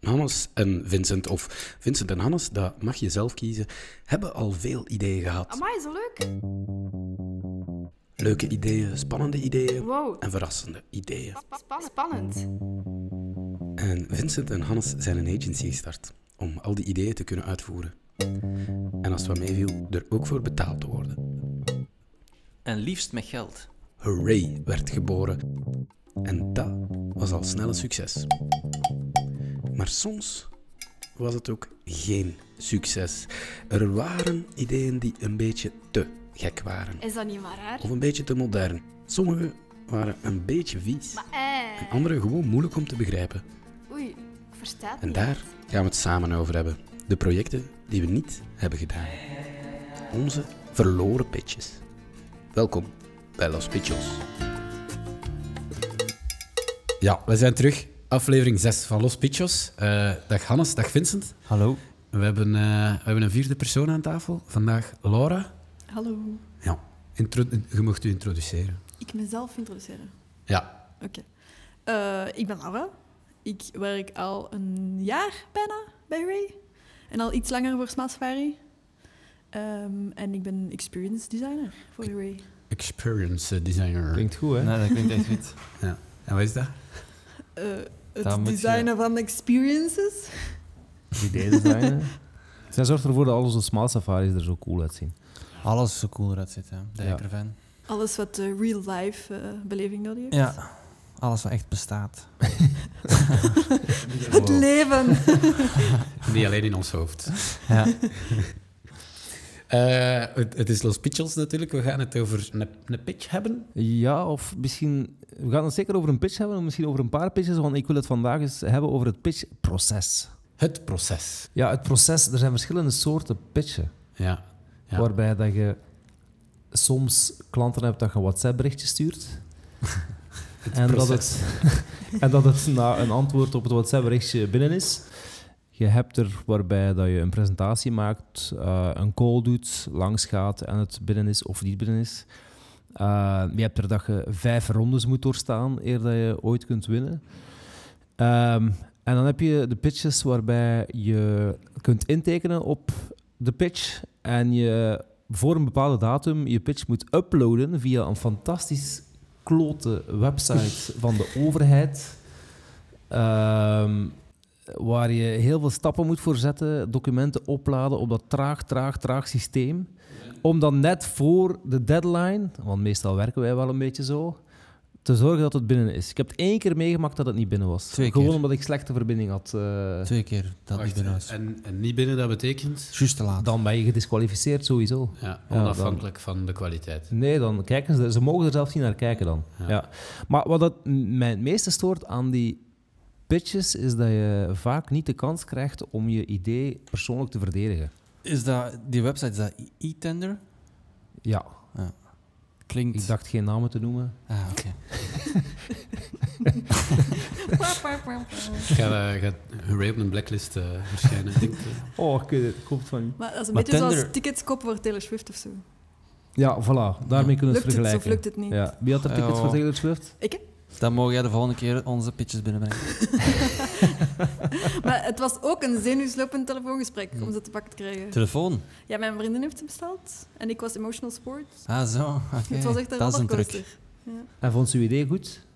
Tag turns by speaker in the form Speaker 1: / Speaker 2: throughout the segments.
Speaker 1: Hannes en Vincent, of Vincent en Hannes, dat mag je zelf kiezen, hebben al veel ideeën gehad.
Speaker 2: Amai, zo leuk.
Speaker 1: Leuke ideeën, spannende ideeën
Speaker 2: Wow.
Speaker 1: en verrassende ideeën.
Speaker 2: Spa- Spannend.
Speaker 1: En Vincent en Hannes zijn een agency gestart om al die ideeën te kunnen uitvoeren. En als het wat meeviel, er ook voor betaald te worden.
Speaker 3: En liefst met geld.
Speaker 1: Hooray werd geboren. En dat was al snel een succes. Maar soms was het ook geen succes. Er waren ideeën die een beetje te gek waren.
Speaker 2: Is dat niet maar raar?
Speaker 1: Of een beetje te modern. Sommige waren een beetje vies.
Speaker 2: Maar eh,
Speaker 1: Andere gewoon moeilijk om te begrijpen.
Speaker 2: oei, ik versta het
Speaker 1: En
Speaker 2: niet.
Speaker 1: daar gaan we het samen over hebben. De projecten die we niet hebben gedaan. Onze verloren pitches. Welkom bij Los Pitchos.
Speaker 4: Ja, we zijn terug. Aflevering 6 van Los Pichos. Eh, dag Hannes, dag Vincent.
Speaker 3: Hallo.
Speaker 4: We hebben, eh, we hebben een vierde persoon aan tafel. Vandaag Laura.
Speaker 5: Hallo,
Speaker 4: Ja, intro- je mocht u introduceren.
Speaker 5: ik mezelf introduceren.
Speaker 4: Ja,
Speaker 5: Oké. Eh, ik ben Laura. Ik werk al een jaar bijna bij Ray. En al iets langer voor Smaasfari. Ehm en ik ben experience designer voor Ray.
Speaker 4: experience designer.
Speaker 6: Klinkt goed, hè?
Speaker 3: Nee, dat klinkt echt goed.
Speaker 4: En wat is dat?
Speaker 5: Eh,
Speaker 3: Dan
Speaker 5: het
Speaker 3: moet je-
Speaker 5: designen van experiences.
Speaker 6: Ideeën zijn. Zij zorgt ervoor dat al onze smaal safaris er zo cool uitzien.
Speaker 3: Alles is zo cool dat zit, hè. Dat
Speaker 6: Ja.
Speaker 3: ik ervan.
Speaker 5: Alles wat de real-life eh, beleving nodig heeft.
Speaker 3: Ja. Alles wat echt bestaat.
Speaker 5: Het leven!
Speaker 4: Niet alleen in ons hoofd.
Speaker 3: Ja.
Speaker 4: Eh, het, het is Los Pichos natuurlijk. We gaan het over een, een pitch hebben.
Speaker 6: Ja, of misschien... We gaan het zeker over een pitch hebben, of misschien over een paar pitches, want ik wil het vandaag eens hebben over het pitchproces.
Speaker 4: Het proces.
Speaker 6: Ja, het proces. Er zijn verschillende soorten pitchen.
Speaker 4: Ja. Ja.
Speaker 6: Waarbij dat je soms klanten hebt dat je een WhatsApp-berichtje stuurt. en, dat het, en dat het na een antwoord op het WhatsApp-berichtje binnen is. Je hebt er waarbij dat je een presentatie maakt, eh, een call doet, langsgaat en het binnen is of niet binnen is. Eh, je hebt er dat je vijf rondes moet doorstaan eer dat je ooit kunt winnen. Ehm, en dan heb je de pitches waarbij je kunt intekenen op de pitch en je voor een bepaalde datum je pitch moet uploaden via een fantastisch klote website van de overheid. Ehm, waar je heel veel stappen moet voor zetten, documenten opladen op dat traag, traag, traag systeem. Om dan net voor de deadline, want meestal werken wij wel een beetje zo, te zorgen dat het binnen is. Ik heb het één keer meegemaakt dat het niet binnen was.
Speaker 3: Twee keer.
Speaker 6: Gewoon omdat ik slechte verbinding had. eh,
Speaker 3: Twee keer dat
Speaker 4: Wacht, eh,
Speaker 3: niet binnen was.
Speaker 4: En, en niet binnen, dat betekent...
Speaker 3: Juist te laat.
Speaker 6: dan ben je gedisqualificeerd sowieso.
Speaker 4: Ja,
Speaker 6: dan-
Speaker 4: onafhankelijk van de kwaliteit.
Speaker 6: Nee, dan kijken ze, ze mogen er zelfs niet naar kijken dan.
Speaker 4: Ja.
Speaker 6: Ja. Maar wat dat m- mij het meeste stoort aan die pitches, is dat je vaak niet de kans krijgt om je idee persoonlijk te verdedigen.
Speaker 3: Is dat, die website, is dat e-tender?
Speaker 6: Ja,
Speaker 3: Klinkt...
Speaker 6: ik dacht geen namen te noemen.
Speaker 3: Ah, oké.
Speaker 4: Ga, eh, gaat Hooray op een blacklist eh, verschijnen. Ik denk, eh,
Speaker 6: Oh, ik weet het, het komt van
Speaker 5: Maar dat is een
Speaker 3: Maar
Speaker 5: beetje
Speaker 3: Tinder-
Speaker 5: zoals tickets kopen voor Taylor Swift of zo.
Speaker 6: Ja, voilà, daarmee kunnen we
Speaker 5: Lukt
Speaker 6: het
Speaker 5: het
Speaker 6: vergelijken.
Speaker 5: of lukt het niet?
Speaker 6: ja. Wie had er tickets
Speaker 3: Ja.
Speaker 6: voor Taylor Swift?
Speaker 5: Ik?
Speaker 3: Dan mogen jij de volgende keer onze pitches binnenbrengen.
Speaker 5: Maar het was ook een zenuwslopend telefoongesprek om ze te pakken te krijgen.
Speaker 3: Telefoon.
Speaker 5: Ja, mijn vriendin heeft ze besteld. En ik was emotional sport.
Speaker 3: Ah, zo. Oké.
Speaker 5: Het was echt een
Speaker 3: Dat is een truc.
Speaker 5: rollercoaster.
Speaker 6: En vond ze uw idee goed?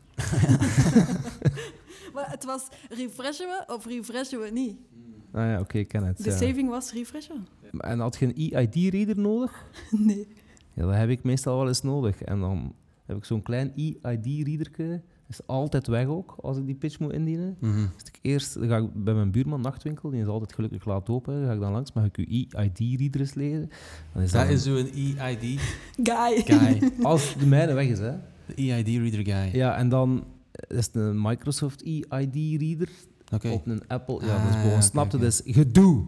Speaker 5: Maar het was refreshen we of refreshen we niet.
Speaker 6: Ah ja, oké, ik ken het.
Speaker 5: De
Speaker 6: ja.
Speaker 5: saving was refreshen.
Speaker 6: En had je een EID-reader nodig?
Speaker 5: Nee.
Speaker 6: Ja, dat heb ik meestal wel eens nodig. En dan heb ik zo'n klein EID-readerke. Dat is altijd weg ook, als ik die pitch moet indienen.
Speaker 3: Mhm.
Speaker 6: Dus ik eerst dan ga ik bij mijn buurman, nachtwinkel, die is altijd gelukkig laat open. Dan ga ik dan langs, mag ik uw EID-reader eens lezen? Dan is dat,
Speaker 3: Dat is E zo'n EID-guy.
Speaker 5: Guy.
Speaker 6: Als de mijne weg is, hè.
Speaker 3: De E EID-reader-guy.
Speaker 6: Ja, en dan is het een Microsoft EID-reader
Speaker 3: Oké.
Speaker 6: op een Apple. Ja, dat
Speaker 3: Ah,
Speaker 6: is
Speaker 3: ja,
Speaker 6: gewoon, snapte,
Speaker 3: oké, oké.
Speaker 6: dus gedoe.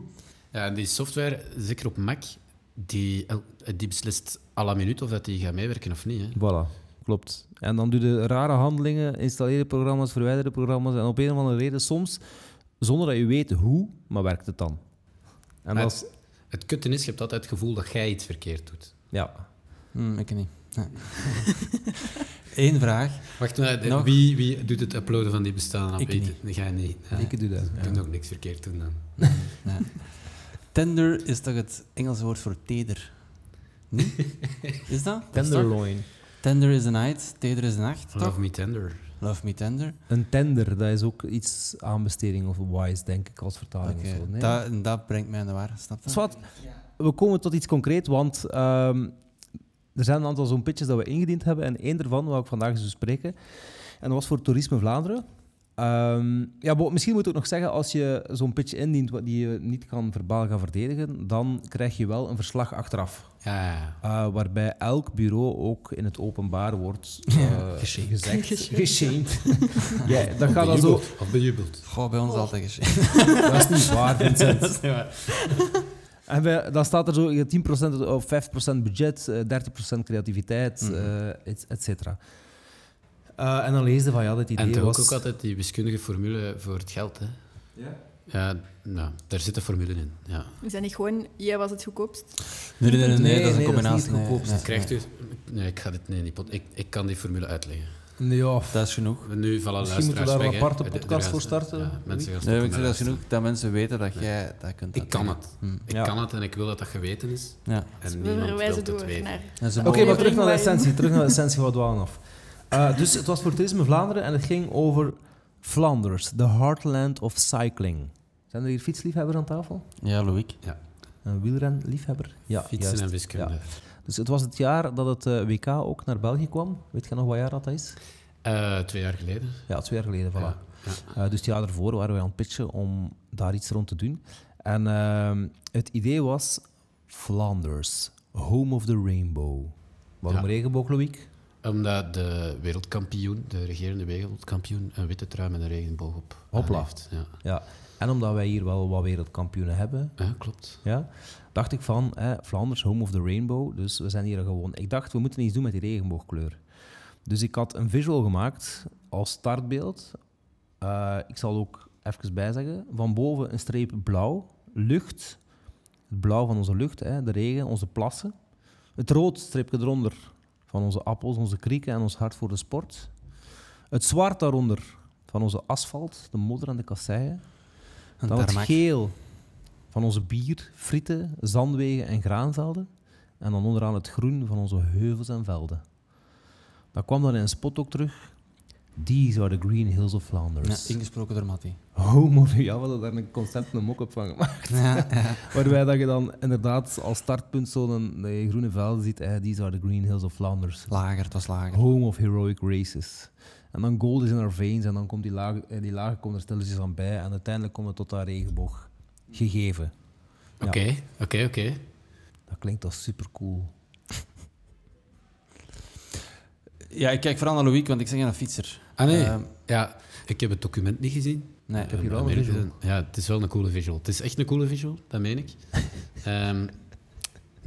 Speaker 4: Ja, en die software, zeker op Mac, die, el- die beslist à la minuut of dat die gaat meewerken of niet. Hè.
Speaker 6: Voilà, klopt. En dan doe je rare handelingen, installeerde programma's, verwijderde programma's. En op een of andere reden, soms zonder dat je weet hoe, maar werkt het dan. En
Speaker 4: Maar
Speaker 6: dat is,
Speaker 4: Het kutten is, je hebt
Speaker 3: Mm,
Speaker 4: altijd het gevoel dat jij iets verkeerd doet.
Speaker 6: ja.
Speaker 3: Hm, ik niet. Nee. Eén vraag.
Speaker 4: Wacht, maar, de-
Speaker 3: Nog?
Speaker 4: wie, wie doet het uploaden van die bestaande
Speaker 3: Ik
Speaker 4: app? niet. Ga je niet. Ja.
Speaker 6: Ik doe dat.
Speaker 4: Ik doe nog niks verkeerd doen dan.
Speaker 3: Ja. Tender is toch het Engelse woord voor teder? Nee? Is dat?
Speaker 6: Tenderloin.
Speaker 3: Tender is the night, teder is de nacht, toch?
Speaker 4: Love me tender.
Speaker 3: Love me tender.
Speaker 6: Een tender, dat is ook iets aanbesteding of wise, denk ik, als vertaling. of
Speaker 3: Oké,
Speaker 6: zo. Nee?
Speaker 3: dat, en dat brengt mij in de war, snap je?
Speaker 6: Zwat, we komen tot iets concreet, want ehm, er zijn een aantal zo'n pitches dat we ingediend hebben. En één daarvan wil ik vandaag eens bespreken. En dat was voor Toerisme Vlaanderen. Ehm, ja, bo- misschien moet ik ook nog zeggen, als je zo'n pitch indient wat die je niet kan verbaal gaan verdedigen, dan krijg je wel een verslag achteraf.
Speaker 4: Ja, ja, ja.
Speaker 6: Eh, waarbij elk bureau ook in het openbaar wordt
Speaker 3: Ja,
Speaker 6: eh gezegd. Geshamed. ja, dat gaat dan zo.
Speaker 4: Bejubeld, Of bejubeld.
Speaker 3: Goh, bij ons altijd geschreven.
Speaker 6: Dat is niet waar, Vincent.
Speaker 3: Dat is niet waar.
Speaker 6: En bij- dan staat er zo je 10% of 5% budget, eh, 30% creativiteit,
Speaker 3: Mhm.
Speaker 6: eh, et, et cetera. Eh, en dan leesde van ja, dat idee
Speaker 4: En toch ook,
Speaker 6: was...
Speaker 4: ook altijd die wiskundige formule voor het geld, hè? Ja. Ja, nou, daar zit de formule in. Ja.
Speaker 5: Is dat niet gewoon, jij was het goedkoopst?
Speaker 3: Nee, nee, nee, nee,
Speaker 6: Nee,
Speaker 3: dat is
Speaker 6: nee,
Speaker 3: een
Speaker 6: dat is
Speaker 3: combinatie.
Speaker 6: niet het goedkoopste.
Speaker 4: Dus Krijgt u... Nee, ik ga dit nee, niet... pot- Ik, ik kan die formule uitleggen.
Speaker 6: Nee, ja, f-
Speaker 3: Dat is genoeg.
Speaker 4: We Nu vallen
Speaker 6: Misschien moeten we
Speaker 4: luisteraars
Speaker 6: daar een
Speaker 4: weg, hè.
Speaker 6: aparte
Speaker 4: De- de- de
Speaker 6: podcast voor
Speaker 4: luisteraars-
Speaker 6: starten.
Speaker 4: Ja, mensen gaan
Speaker 3: Nee,
Speaker 4: stoppen
Speaker 3: maar
Speaker 4: met
Speaker 3: ik zeg dat is
Speaker 4: luisteren.
Speaker 3: genoeg dat mensen weten dat jij dat kunt.
Speaker 4: Ik kan het.
Speaker 3: Hm.
Speaker 4: Ik
Speaker 6: Ja.
Speaker 4: kan het en ik wil dat dat geweten is.
Speaker 3: Ja.
Speaker 4: En
Speaker 5: Dus we
Speaker 4: niemand wil
Speaker 5: verwijzen
Speaker 4: het
Speaker 5: door
Speaker 4: weten.
Speaker 5: naar...
Speaker 3: Dat is een
Speaker 6: Oké,
Speaker 3: mooie-
Speaker 6: maar terug naar de
Speaker 5: Brengen wij-
Speaker 6: essentie. Terug naar de essentie, we dwalen af. Eh, dus het was voor Toerisme Vlaanderen en het ging over Flanders, the heartland of cycling. Zijn er hier fietsliefhebbers aan tafel?
Speaker 3: Ja, Loïc.
Speaker 6: Een wielrenliefhebber? Ja,
Speaker 4: Fietsen
Speaker 6: juist.
Speaker 4: en wiskunde.
Speaker 6: Dus het was het jaar dat het eh, WK ook naar België kwam. Weet je nog wat jaar dat dat is?
Speaker 4: Eh, twee jaar geleden.
Speaker 6: Ja, twee jaar geleden, voilà.
Speaker 4: Ja.
Speaker 6: Eh, dus het jaar daarvoor waren wij aan het pitchen om daar iets rond te doen. En ehm, het idee was Flanders, home of the rainbow. Waarom
Speaker 4: Ja.
Speaker 6: regenboog, Loïc?
Speaker 4: Omdat de wereldkampioen, de regerende wereldkampioen, een witte trui met een regenboog op.
Speaker 6: Hopla.
Speaker 4: aan heeft. Ja.
Speaker 6: Ja. En omdat wij hier wel wat wereldkampioenen hebben,
Speaker 4: ja, Ah, klopt.
Speaker 6: ja, dacht ik van, eh, Flanders, home of the rainbow. Dus we zijn hier gewoon... Ik dacht, we moeten iets doen met die regenboogkleur. Dus ik had een visual gemaakt als startbeeld. Eh, ik zal ook even bijzeggen. Van boven een streep blauw, lucht. Het blauw van onze lucht, hè, de regen, onze plassen. Het rood streepje eronder van onze appels, onze krieken en ons hart voor de sport. Het zwart daaronder van onze asfalt, de modder en de kasseien.
Speaker 3: Een
Speaker 6: Dan het
Speaker 3: tarmac.
Speaker 6: geel van onze bier, frieten, zandwegen en graanvelden. En dan onderaan het groen van onze heuvels en velden. Dat kwam dan in een spot ook terug. These are the green hills of
Speaker 3: Ja,
Speaker 6: Flanders.
Speaker 3: ingesproken door Matty.
Speaker 6: Homo, Oh, ja, we hadden daar een constant een mok op van gemaakt.
Speaker 3: Ja, ja.
Speaker 6: Waarbij dat je dan inderdaad als startpunt zo'n eh, groene velden ziet. Eh, these are the green hills of Flanders.
Speaker 3: Lager, het was lager.
Speaker 6: Home of heroic races. En dan gold is in haar veins en dan komt die laag, eh, die lagen komen er stilletjes aan bij. En uiteindelijk komt het tot dat regenboog gegeven. Ja.
Speaker 4: Oké, oké, oké.
Speaker 6: Dat klinkt toch super cool.
Speaker 3: Ja, ik kijk vooral naar Loïc, want ik zeg een fietser.
Speaker 4: Ah nee,
Speaker 3: Ehm,
Speaker 4: ja, ik heb het document niet gezien.
Speaker 3: nee.
Speaker 6: heb hier
Speaker 4: Eh,
Speaker 6: wel een
Speaker 4: Amerika-
Speaker 6: visual.
Speaker 4: Ja, het is wel een coole visual. Het is echt een coole visual, dat meen ik. Ehm,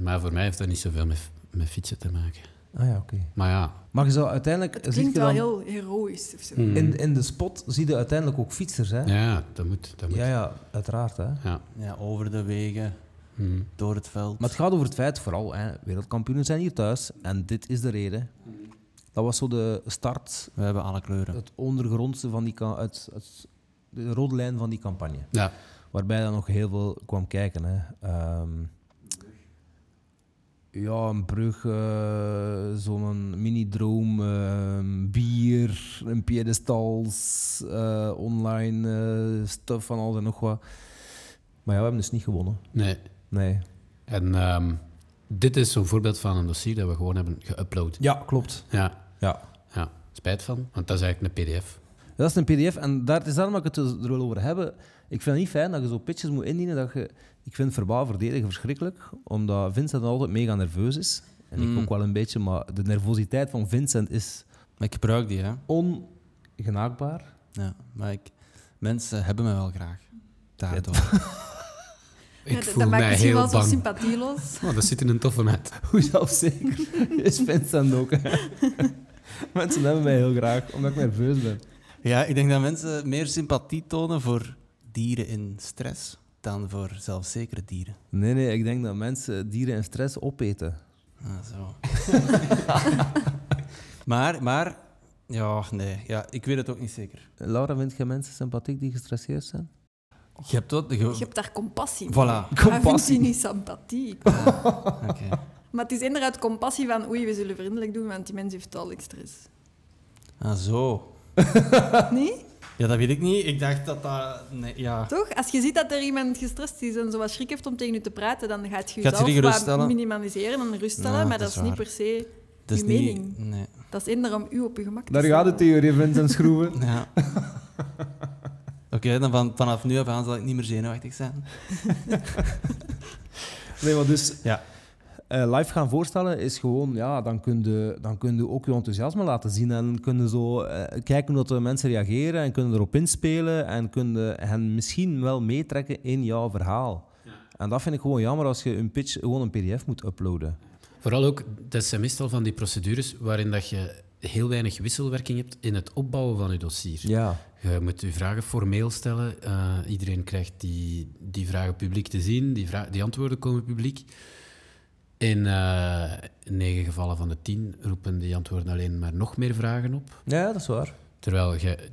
Speaker 4: maar voor mij heeft dat niet zoveel met, met fietsen te maken.
Speaker 6: Ah ja, oké.
Speaker 4: Maar ja,
Speaker 6: Maar je zou uiteindelijk.
Speaker 5: Het
Speaker 6: zie
Speaker 5: klinkt
Speaker 6: je
Speaker 5: wel
Speaker 6: dan-
Speaker 5: heel heroïs of zo.
Speaker 6: in, in de spot zie je uiteindelijk ook fietsers, hè?
Speaker 4: Hmm. ja, dat moet. Dat moet.
Speaker 6: ja, ja, uiteraard. Hè?
Speaker 4: Ja.
Speaker 3: Ja, over de wegen,
Speaker 4: Mhm.
Speaker 3: door het veld.
Speaker 6: Maar het gaat over het feit, vooral, hè, wereldkampioenen zijn hier thuis en dit is de reden. Dat was zo de start,
Speaker 3: We hebben alle kleuren.
Speaker 6: het ondergrondse van die ka- het, het, de rode lijn van die campagne.
Speaker 4: Ja.
Speaker 6: Waarbij dan nog heel veel kwam kijken. Hè. Ehm, ja, een brug, eh, zo'n mini-droom, ehm, bier, een piedestals, eh, online eh, stuff van alles en nog wat. Maar ja, we hebben dus niet gewonnen.
Speaker 4: Nee.
Speaker 6: Nee.
Speaker 4: En ehm, dit is zo'n voorbeeld van een dossier dat we gewoon hebben geüpload.
Speaker 6: Ja, klopt.
Speaker 4: Ja,
Speaker 6: Ja.
Speaker 4: ja. Spijt van, want dat is eigenlijk een pdf.
Speaker 6: Dat is een pdf en daar het is daarom dat ik het dus er wel over hebben. Ik vind het niet fijn dat je zo pitches moet indienen. Dat je, ik vind verbaal verdedigen verschrikkelijk, omdat Vincent dan altijd mega nerveus is. En
Speaker 3: Mm.
Speaker 6: ik ook wel een beetje, maar de nervositeit van Vincent is
Speaker 3: Maar ik gebruik die, hè.
Speaker 6: ongenaakbaar.
Speaker 3: Ja, maar ik, mensen hebben me wel graag. Daardoor.
Speaker 5: Ja,
Speaker 4: Ik
Speaker 5: dat-
Speaker 4: voel
Speaker 5: dat maakt dus
Speaker 4: mij
Speaker 5: misschien
Speaker 4: heel
Speaker 5: wel zo
Speaker 4: bang.
Speaker 5: sympathieloos.
Speaker 4: Oh, dat zit in een toffe net.
Speaker 6: Hoe zelfzeker is Vincent ook. hè. Mensen hebben mij heel graag, omdat ik nerveus ben.
Speaker 3: Ja, ik denk dat mensen meer sympathie tonen voor dieren in stress dan voor zelfzekere dieren.
Speaker 6: Nee, nee, ik denk dat mensen dieren in stress opeten.
Speaker 3: Ah, zo. Maar, maar... Ja, nee. Ja, ik weet het ook niet zeker.
Speaker 6: Laura, vindt je mensen sympathiek die gestresseerd zijn?
Speaker 3: Je hebt dat...
Speaker 5: Je hebt daar compassie mee.
Speaker 3: Voilà.
Speaker 5: Maar vindt hij niet sympathiek.
Speaker 3: Oké.
Speaker 5: Maar het is inderdaad compassie van oei, we zullen vriendelijk doen, want die mens heeft al stress.
Speaker 3: Ah, zo.
Speaker 5: Nee?
Speaker 3: Ja, dat weet ik niet. Ik dacht dat dat... Nee, ja.
Speaker 5: Toch? Als je ziet dat er iemand gestrest is en zo wat schrik heeft om tegen u te praten, dan gaat je
Speaker 3: Gaat je die
Speaker 5: jezelf wat
Speaker 3: geruststellen?
Speaker 5: minimaliseren en ruststellen.
Speaker 3: Ja,
Speaker 5: maar
Speaker 3: dat
Speaker 5: dat
Speaker 3: is
Speaker 5: is niet
Speaker 3: waar.
Speaker 5: per se...
Speaker 3: Dat is
Speaker 5: Je
Speaker 3: niet...
Speaker 5: mening.
Speaker 3: Nee.
Speaker 5: Dat is inderdaad om u op je gemak te
Speaker 6: Daar gaat de
Speaker 5: stellen.
Speaker 6: theorie, Vincent Schroeven.
Speaker 3: Ja. Oké, dan van, vanaf nu af aan zal ik niet meer zenuwachtig zijn.
Speaker 6: Nee, maar dus
Speaker 3: Ja.
Speaker 6: eh, live gaan voorstellen is gewoon, ja, dan kun, je, dan kun je ook je enthousiasme laten zien. En kun je zo eh, kijken hoe dat de mensen reageren en kunnen erop inspelen. En kunnen hen misschien wel meetrekken in jouw verhaal. En dat vind ik gewoon jammer als je een pitch gewoon een pdf moet uploaden.
Speaker 4: Vooral ook, dat zijn meestal van die procedures waarin dat je heel weinig wisselwerking hebt in het opbouwen van je dossier.
Speaker 6: Ja.
Speaker 4: Je moet je vragen formeel stellen. Eh, iedereen krijgt die, die vragen publiek te zien. Die, vra- die antwoorden komen publiek. In eh negen gevallen van de tien roepen die antwoorden alleen maar nog meer vragen op.
Speaker 6: Ja, dat is waar.
Speaker 4: Terwijl je,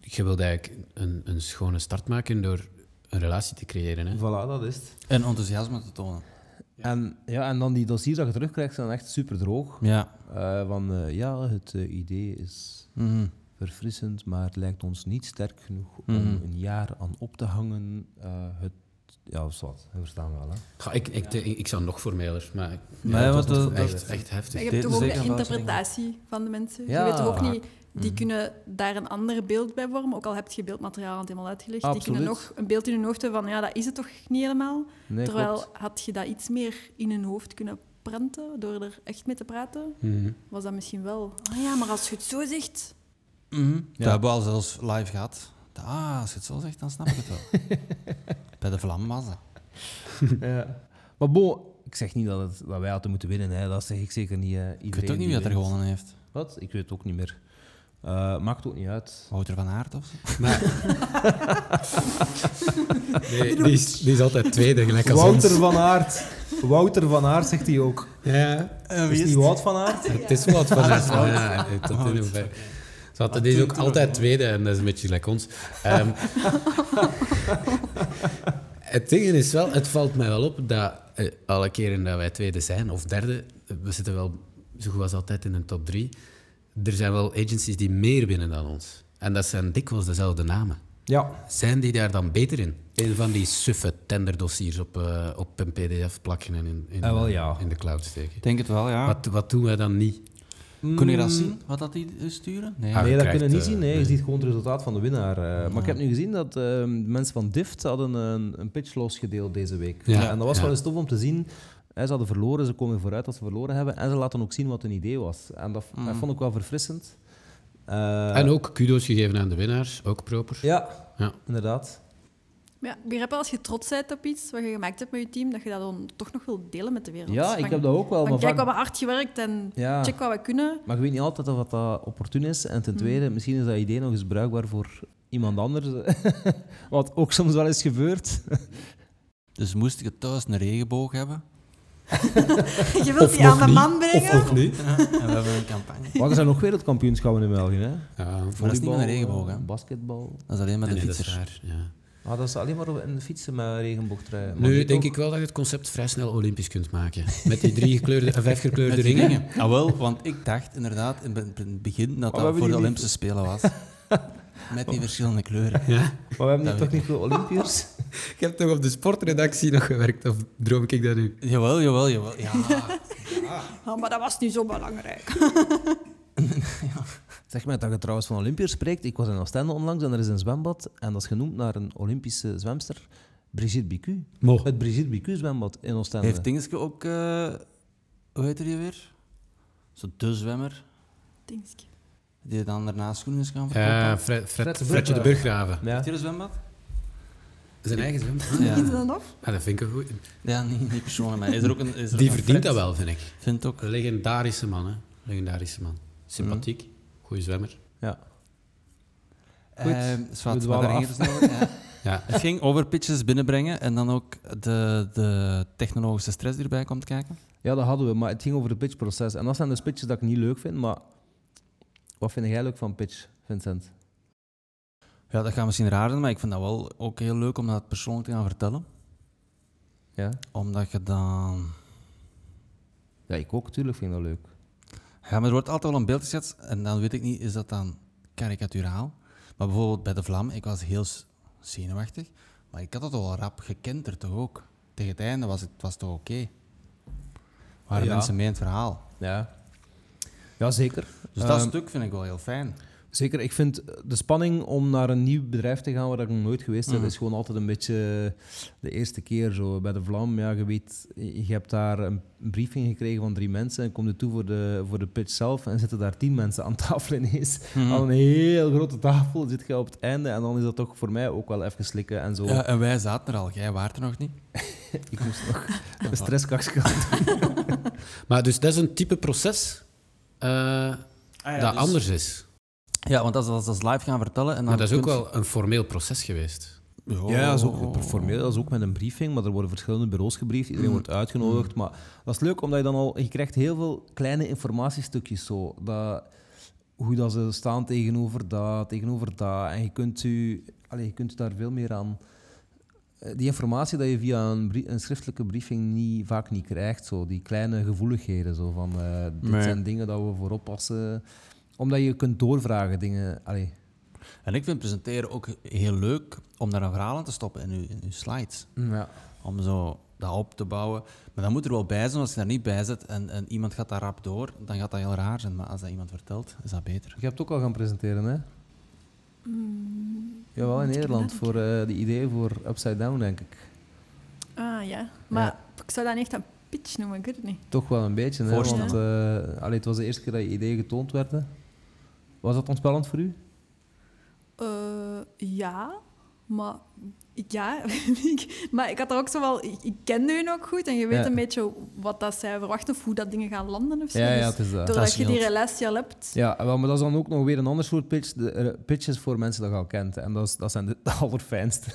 Speaker 4: je wilt eigenlijk een, een schone start maken door een relatie te creëren. Hè?
Speaker 6: Voilà, dat is het.
Speaker 3: En enthousiasme te tonen.
Speaker 6: En, ja, en dan die dossiers dat je terugkrijgt zijn echt super droog.
Speaker 3: Ja.
Speaker 6: van eh, ja, het eh, idee is verfrissend, maar het lijkt ons niet sterk genoeg
Speaker 3: Mhm.
Speaker 6: om een jaar aan op te hangen. Eh, het, ja, zwart, we verstaan wel. Hè.
Speaker 4: Goh, ik, ik, ik, zou nog formeler, maar... ja,
Speaker 3: Maar ja,
Speaker 4: dat
Speaker 3: wat-
Speaker 4: was
Speaker 3: dat-
Speaker 4: echt,
Speaker 3: dat-
Speaker 4: echt
Speaker 5: Maar
Speaker 4: heftig.
Speaker 5: je hebt
Speaker 3: Dit
Speaker 5: toch ook
Speaker 3: is
Speaker 5: de
Speaker 3: zeker een fout,
Speaker 5: interpretatie van de mensen.
Speaker 6: Ja. mm.
Speaker 5: Je weet toch ook niet, die
Speaker 3: Mhm.
Speaker 5: kunnen daar een ander beeld bij vormen, ook al heb je beeldmateriaal aan het helemaal uitgelegd. Die kunnen
Speaker 6: Absoluut.
Speaker 5: nog een beeld in hun hoofd hebben van, ja, dat is het toch niet helemaal.
Speaker 6: Nee,
Speaker 5: Terwijl
Speaker 6: klopt.
Speaker 5: had je dat iets meer in hun hoofd kunnen prenten, door er echt mee te praten,
Speaker 4: Mhm.
Speaker 5: was dat misschien wel... Ah ja, maar als je het zo zegt...
Speaker 3: Dat Mhm. hebben we al zelfs live gehad. Ah, als je het zo zegt, dan snap ik het wel. Bij de Vlammazza.
Speaker 6: Ja. Maar bon, ik zeg niet dat, het, dat wij hadden moeten winnen, hè. dat zeg ik zeker niet. eh
Speaker 3: Ik weet ook niet wie dat er gewonnen heeft.
Speaker 6: Wat? Ik weet het ook niet meer. Eh, maakt ook niet uit.
Speaker 3: Wouter van Aert of zo?
Speaker 4: Nee, die, is, die is altijd tweede, gelijk als
Speaker 7: Wouter
Speaker 4: ons.
Speaker 7: van Aert. Wouter van Aert zegt hij ook.
Speaker 4: Ja,
Speaker 7: Is die Wout van Aert?
Speaker 4: het is wat van haar. Ah, Ja, Ah, ja, tot in hoeverre. Ze had- Die is ook altijd tweede en dat is een beetje gelijk ons. Ehm, het ding is wel, het valt mij wel op dat eh, alle keren dat wij tweede zijn of derde, we zitten wel zo goed als altijd in een top drie. Er zijn wel agencies die meer winnen dan ons. En dat zijn dikwijls dezelfde namen.
Speaker 7: Ja.
Speaker 4: Zijn die daar dan beter in? Een van die suffe tenderdossiers op, eh, op een pdf plakken en in, in,
Speaker 6: Ah, wel ja.
Speaker 4: in de cloud steken.
Speaker 3: Ik denk het wel, ja.
Speaker 4: Wat, wat doen wij dan niet?
Speaker 3: Kun je dat zien, wat dat die eh, sturen? Nee.
Speaker 4: Ah,
Speaker 6: nee,
Speaker 4: je
Speaker 6: dat
Speaker 4: krijgt,
Speaker 6: kunnen niet
Speaker 4: eh,
Speaker 6: zien. Nee.
Speaker 4: nee.
Speaker 6: Je ziet gewoon het resultaat van de winnaar. eh. Maar ik heb nu gezien dat eh, de mensen van Dift hadden een, een pitch losgedeeld deze week.
Speaker 4: Ja.
Speaker 6: En dat was
Speaker 4: Ja.
Speaker 6: wel eens tof om te zien. Eh, Ze hadden verloren, ze komen vooruit dat ze verloren hebben. En ze laten ook zien wat hun idee was. En dat, dat vond ik wel verfrissend. Eh,
Speaker 4: Mm. en ook kudo's gegeven aan de winnaars, ook proper.
Speaker 6: Ja,
Speaker 4: Ja.
Speaker 6: inderdaad.
Speaker 5: Maar ja, ik begrijp wel als je trots bent op iets wat je gemaakt hebt met je team, dat je dat dan toch nog wilt delen met de wereld.
Speaker 6: Ja,
Speaker 5: Van-
Speaker 6: ik heb dat ook wel. Ah.
Speaker 5: van,
Speaker 6: Maar,
Speaker 5: kijk,
Speaker 6: vaak-
Speaker 5: we hebben hard gewerkt en
Speaker 6: ja.
Speaker 5: check wat we kunnen.
Speaker 6: maar ik weet niet altijd of dat opportun is. En ten tweede, misschien is dat idee nog eens bruikbaar voor iemand anders. wat ook soms wel eens gebeurt.
Speaker 3: Dus moest ik het thuis een regenboog hebben?
Speaker 5: Je wilt die aan de man brengen.
Speaker 4: niet.
Speaker 3: Ja, en we hebben een campagne.
Speaker 6: Want er zijn nog wereldkampioenschappen in België, hè?
Speaker 4: Ja,
Speaker 3: Maar dat is niet met een
Speaker 6: Volleybal,
Speaker 3: regenboog, hè.
Speaker 6: eh, Basketbal.
Speaker 3: Dat is alleen met de
Speaker 4: nee, dat is
Speaker 3: fietser.
Speaker 4: waar, ja.
Speaker 6: Ah, dat is alleen maar in fietsen met regenboogtrui. Maar
Speaker 4: Nu
Speaker 6: dit
Speaker 4: denk
Speaker 6: ook.
Speaker 4: ik wel dat je het concept vrij snel olympisch kunt maken. Met die drie gekleurde en vijf gekleurde
Speaker 3: Met die
Speaker 4: ringen.
Speaker 3: ringen. Ah, wel, want ik dacht inderdaad in het be- in het begin dat
Speaker 7: we
Speaker 3: dat
Speaker 7: hebben
Speaker 3: voor de
Speaker 7: die
Speaker 3: Olympische Spelen was. Met die verschillende kleuren.
Speaker 6: Maar we hebben
Speaker 3: Dat
Speaker 6: hier toch niet veel Olympiërs?
Speaker 4: Je hebt toch op de sportredactie nog gewerkt, of droom ik dat nu?
Speaker 3: Jawel, jawel, jawel. Ja.
Speaker 5: Oh, maar dat was niet zo belangrijk.
Speaker 6: zeg maar dat je trouwens van Olympiërs spreekt. Ik was in Oostende onlangs en er is een zwembad. En dat is genoemd naar een Olympische zwemster, Brigitte Bicu.
Speaker 4: Mo.
Speaker 6: Het Brigitte Bicu zwembad in Oostende.
Speaker 3: Heeft Dingske ook... eh, hoe heet er die weer? Zo de zwemmer.
Speaker 5: Denk ik.
Speaker 3: Die dan daarna schoenen kan verkopen.
Speaker 4: Ja, Eh, Fred, Fred,
Speaker 6: Fred de
Speaker 4: Fredje de
Speaker 6: Burggraven.
Speaker 4: Burggraven.
Speaker 6: Ja.
Speaker 3: Heeft hier een zwembad?
Speaker 4: Zijn eigen zwembad.
Speaker 3: Ja,
Speaker 5: Is dat af?
Speaker 4: Ah, dat vind ik een goed.
Speaker 3: ja niet, niet persoonlijk, maar is er ook een... Is er
Speaker 4: Die
Speaker 3: ook een
Speaker 4: verdient
Speaker 3: Fred?
Speaker 4: dat wel, vind ik.
Speaker 3: Vindt ook.
Speaker 4: Een legendarische man, hè. Legendarische man. Sympathiek, goede zwemmer.
Speaker 6: Goed,
Speaker 3: Eh, zwart,
Speaker 6: we
Speaker 3: maar daar
Speaker 6: dwalen
Speaker 3: ging het dus over, ja.
Speaker 4: Ja.
Speaker 3: Het ging over pitches binnenbrengen en dan ook de, de technologische stress die erbij komt kijken.
Speaker 6: ja, dat hadden we. Maar het ging over het pitchproces. En dat zijn dus pitches dat ik niet leuk vind. Maar Wat vind jij leuk van pitch, Vincent?
Speaker 3: Ja, dat gaat misschien raar zijn, maar ik vind dat wel ook heel leuk om dat persoonlijk te gaan vertellen.
Speaker 6: Ja,
Speaker 3: Omdat je dan...
Speaker 6: ja ik ook, tuurlijk vind ik dat leuk.
Speaker 3: Ja, maar er wordt altijd wel een beeld geschetst en dan weet ik niet, is dat dan karikaturaal? Maar bijvoorbeeld bij de Vlam, ik was heel s- zenuwachtig, maar ik had het al rap gekenterd toch ook. Tegen het einde was het was toch oké. Waren
Speaker 6: Ja.
Speaker 3: mensen mee in het verhaal.
Speaker 6: Ja. Ja, zeker.
Speaker 3: Dus dat
Speaker 6: Ehm,
Speaker 3: stuk vind ik wel heel fijn.
Speaker 6: Zeker, ik vind eh, de spanning om naar een nieuw bedrijf te gaan waar ik nog nooit geweest ben,
Speaker 3: Mhm.
Speaker 6: is gewoon altijd een beetje de eerste keer zo. Bij de Vlam, ja, je weet, je hebt daar een briefing gekregen van drie mensen en kom je toe voor de, voor de pitch zelf en zitten daar tien mensen aan tafel ineens.
Speaker 3: Mhm.
Speaker 6: Aan een heel grote tafel zit je op het einde en dan is dat toch voor mij ook wel even slikken en zo.
Speaker 3: Ja, en wij zaten er al, jij waart er nog niet.
Speaker 6: Ik moest nog een stresskastje gaan.
Speaker 4: Maar dus dat is een type proces eh, dat
Speaker 3: dus-
Speaker 4: anders is.
Speaker 3: Ja, want als we dat live gaan vertellen... En dan
Speaker 4: Maar dat is ook Oh.
Speaker 3: kun je-
Speaker 4: wel een formeel proces geweest.
Speaker 3: Oh,
Speaker 6: Ja, dat is ook formeel, dat is ook met een briefing, maar er worden verschillende bureaus gebriefd, iedereen wordt uitgenodigd. Maar dat is leuk, omdat je dan al, je krijgt heel veel kleine informatiestukjes zo. Dat, hoe dat ze staan tegenover dat, tegenover dat. En je kunt, u, allee, je kunt daar veel meer aan... eh, Die informatie dat je via een, brie- een schriftelijke briefing niet, vaak niet krijgt, zo. die kleine gevoeligheden. Zo, van, eh, dit
Speaker 3: Nee.
Speaker 6: zijn dingen dat we voor oppassen. Omdat je kunt doorvragen dingen. Allee,
Speaker 3: En ik vind presenteren ook heel leuk om daar een verhaal aan te stoppen in uw, in uw slides.
Speaker 6: ja.
Speaker 3: Om zo dat op te bouwen. Maar dan moet er wel bij zijn, als je daar niet bij zit en, en iemand gaat daar rap door, dan gaat dat heel raar zijn. Maar als dat iemand vertelt, is dat beter.
Speaker 6: Je hebt ook al gaan presenteren, hè?
Speaker 5: Mm,
Speaker 6: Jawel, in
Speaker 5: moet ik
Speaker 6: Nederland
Speaker 5: nadenken.
Speaker 6: voor eh de idee voor Upside Down, denk ik.
Speaker 5: Ah ja, maar ik zou dat niet echt een pitch noemen, ik weet het niet.
Speaker 6: Toch wel een beetje, hè?
Speaker 3: Voorstellen.
Speaker 6: Want eh, allee, het was de eerste keer dat je idee getoond werd. hè. Was dat ontspannend voor u?
Speaker 5: Eh, ja, maar ik, ja, ik, maar ik had er ook zo wel, ik, ik kende hun ook goed en je weet
Speaker 6: Ja.
Speaker 5: een beetje wat dat zij verwachten of hoe dat dingen gaan landen of zo.
Speaker 6: Ja, ja,
Speaker 5: Dus
Speaker 6: het is dat.
Speaker 5: doordat
Speaker 3: Dat
Speaker 5: je die
Speaker 3: scheelt.
Speaker 5: relatie al hebt.
Speaker 6: Ja, wel, maar dat is dan ook nog weer een ander soort pitch. De, eh, pitches voor mensen dat je al kent. En dat, is, dat zijn de, de allerfijnste.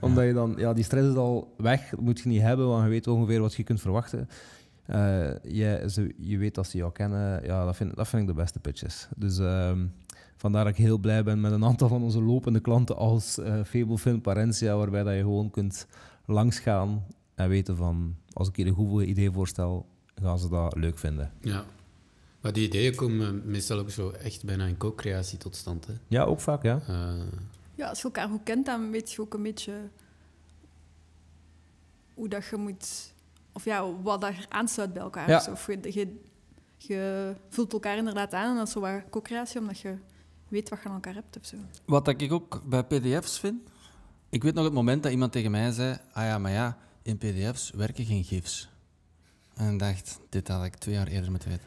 Speaker 6: Omdat je dan, ja, die stress is al weg. Dat moet je niet hebben, want je weet ongeveer wat je kunt verwachten. Eh, je, ze- je weet dat ze jou kennen. Ja, dat vind, dat vind ik de beste pitches. Dus ehm, vandaar dat ik heel blij ben met een aantal van onze lopende klanten als eh Fablefin Parentia, waarbij dat je gewoon kunt langsgaan en weten van, als ik hier een goed idee voorstel, gaan ze dat leuk vinden.
Speaker 4: Ja. Maar die ideeën komen meestal ook zo echt bijna in co-creatie tot stand. Hè?
Speaker 6: Ja, ook vaak, ja.
Speaker 4: Eh,
Speaker 5: Ja, als je elkaar goed kent, dan weet je ook een beetje hoe dat je moet, of ja, wat dat er aansluit bij elkaar.
Speaker 6: Ja.
Speaker 5: Zo, Of je, je, je vult elkaar inderdaad aan en dat is zo wat co-creatie, omdat je weet wat je aan elkaar hebt of zo.
Speaker 3: Wat dat ik ook bij pdf's vind... Ik weet nog het moment dat iemand tegen mij zei... Ah ja, maar ja, in pdf's werken geen gifs. En ik dacht, dit had ik twee jaar eerder moeten weten.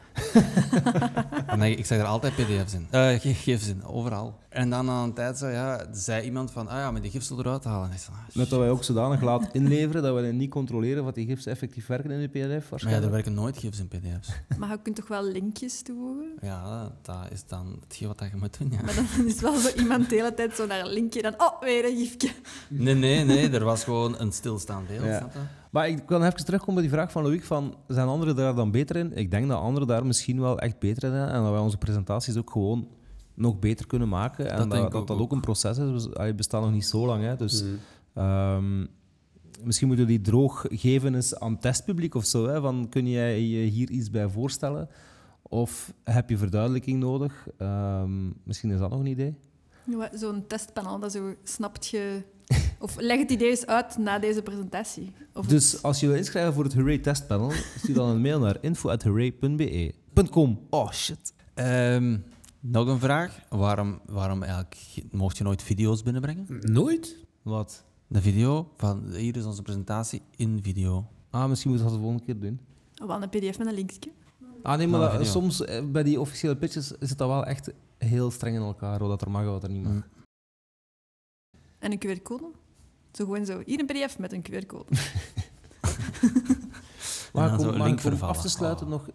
Speaker 3: en dan- ik zeg er altijd pdf's in. Eh, geen gifs in, overal. En dan aan een tijd zo, ja, zei iemand van... Ah ja, maar die gifs eruit halen. En ik zei, ah,
Speaker 6: Net dat wij ook zodanig laat inleveren dat we niet controleren wat die gifs effectief werken in de PDF.
Speaker 3: Maar ja, er
Speaker 6: Waarschijnlijk.
Speaker 3: werken nooit gifs in pdf's.
Speaker 5: Maar je kunt toch wel linkjes toevoegen?
Speaker 3: Ja, dat is dan hetgeen wat je moet doen, ja.
Speaker 5: Maar dan is wel zo iemand de hele tijd zo naar een linkje dan, oh, weer een gifje.
Speaker 3: Nee, nee, nee, er was gewoon een stilstaand beeld.
Speaker 6: Ja.
Speaker 3: snap je?
Speaker 6: Maar ik wil nog even terugkomen bij die vraag van Loïc: van, zijn anderen daar dan beter in? Ik denk dat anderen daar misschien wel echt beter in zijn en dat wij onze presentaties ook gewoon nog beter kunnen maken. En
Speaker 3: Dat
Speaker 6: dat
Speaker 3: denk
Speaker 6: dat,
Speaker 3: ik ook
Speaker 6: dat
Speaker 3: ook.
Speaker 6: ook een proces is. We- allee, We bestaan nog niet zo lang, hè, dus
Speaker 4: mm.
Speaker 6: ehm, misschien moeten we die droog geven eens aan het testpubliek of zo. Hè, van, kun jij je hier iets bij voorstellen? Of heb je verduidelijking nodig? Ehm, misschien is dat nog een idee.
Speaker 5: Ja, Zo'n testpanel, dat zo snapt je... Of leg het idee eens uit na deze presentatie. Of
Speaker 6: Dus als je wil inschrijven voor het Hooray testpanel, stuur dan een mail naar info.hooray.be.com. Oh shit.
Speaker 3: Ehm, nog een vraag. Waarom, waarom eigenlijk ge- mocht je nooit video's binnenbrengen?
Speaker 4: Nooit?
Speaker 6: Wat?
Speaker 3: De video van hier is onze presentatie in video.
Speaker 6: Ah, misschien moeten we dat de volgende keer doen.
Speaker 5: wel een pdf met een linkje.
Speaker 6: Ah nee,
Speaker 3: Nou, dat
Speaker 6: maar dat-
Speaker 3: vind ik
Speaker 6: soms eh, bij die officiële pitches zit dat wel echt heel streng in elkaar, wat er mag en wat er niet mag.
Speaker 3: Mm.
Speaker 5: En een QR-code. Zo gewoon zo, hier een pdf met een QR-code.
Speaker 3: dan
Speaker 6: Maar,
Speaker 3: zo
Speaker 6: kom,
Speaker 3: een
Speaker 6: maar
Speaker 3: link
Speaker 6: om
Speaker 3: vervallen.
Speaker 6: af te sluiten
Speaker 3: Oh.
Speaker 6: nog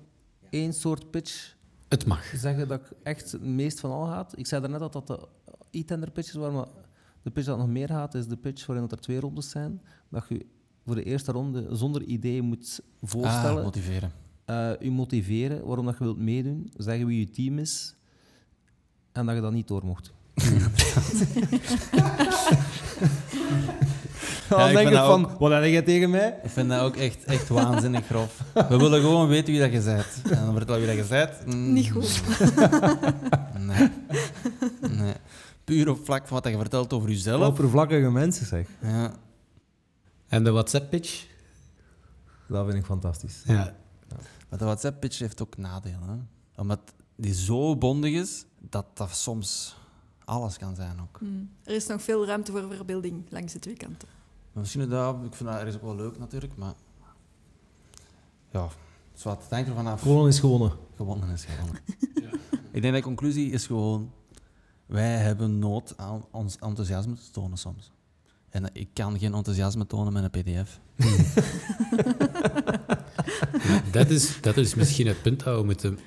Speaker 6: één soort pitch
Speaker 4: Het mag.
Speaker 6: zeggen dat ik echt het meest van al haat. Ik zei daarnet dat dat de e-tender pitches waren, maar de pitch dat nog meer haat is de pitch waarin dat er twee rondes zijn. Dat je voor de eerste ronde zonder idee moet
Speaker 3: Ah,
Speaker 6: voorstellen.
Speaker 3: motiveren.
Speaker 6: eh u motiveren waarom dat je wilt meedoen, zeggen wie je team is en dat je dat niet door mocht. Dan
Speaker 3: Ja, ik
Speaker 6: denk
Speaker 3: ben
Speaker 6: ik
Speaker 3: dat
Speaker 6: van, wat heb jij tegen mij?
Speaker 3: Ik vind dat ook echt, echt waanzinnig grof. We willen gewoon weten wie dat je bent. En dan vertel wie dat je bent. mm,
Speaker 5: Niet goed.
Speaker 3: Nee. nee. Puur op vlak van wat je vertelt over jezelf.
Speaker 6: Oppervlakkige mensen, zeg.
Speaker 3: Ja.
Speaker 4: En de WhatsApp-pitch?
Speaker 6: Dat vind ik fantastisch.
Speaker 4: Ja.
Speaker 3: Maar de WhatsApp-pitch heeft ook nadelen. Hè? Omdat die zo bondig is, dat dat soms alles kan zijn ook.
Speaker 5: Mm. Er is nog veel ruimte voor verbeelding langs de twee kanten.
Speaker 3: Maar misschien inderdaad, ik vind dat ergens ook wel leuk natuurlijk, maar... Ja, zwart. Het hangt er vanaf.
Speaker 6: Gewoon is gewonnen.
Speaker 3: Gewonnen is gewonnen. Ik denk dat de conclusie is gewoon... Wij hebben nood aan ons enthousiasme te tonen soms. En eh, ik kan geen enthousiasme tonen met een pdf.
Speaker 4: Dat is, dat is misschien het punt dat we moeten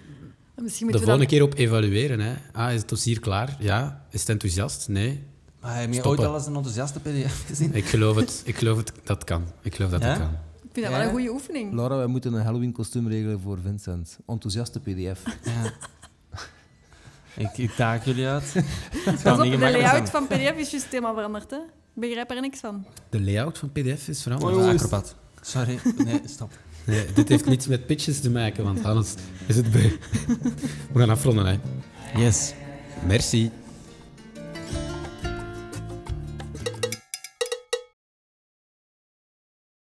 Speaker 5: En Misschien
Speaker 4: de
Speaker 5: moeten we
Speaker 4: volgende
Speaker 5: dat...
Speaker 4: keer op evalueren. Hè. Ah, is het dossier klaar? Ja. Is het enthousiast? Nee.
Speaker 3: Maar heb je ooit
Speaker 4: Stoppen.
Speaker 3: al eens een enthousiaste pdf gezien?
Speaker 4: Ik geloof het. Ik geloof het. Dat kan. Ik geloof dat
Speaker 3: Ja?
Speaker 4: dat kan.
Speaker 5: Ik vind dat wel
Speaker 3: Ja.
Speaker 5: een goede oefening.
Speaker 6: Laura, wij moeten een Halloween kostuum regelen voor Vincent. Enthousiaste PDF.
Speaker 3: Ja. ik, ik daag jullie uit. Het
Speaker 5: Pas
Speaker 3: kan
Speaker 5: op,
Speaker 3: niet
Speaker 5: de
Speaker 3: gemakkelijk zijn.
Speaker 5: layout van PDF is juist helemaal veranderd. Hè? Ik begrijp er niks van.
Speaker 4: De layout van PDF is
Speaker 3: Ik
Speaker 4: veranderd.
Speaker 3: ben een acrobat. Sorry, nee, stop.
Speaker 4: Nee, dit heeft niets met pitches te maken, want anders is het beu. We gaan afronden, hè.
Speaker 3: Yes.
Speaker 4: Merci.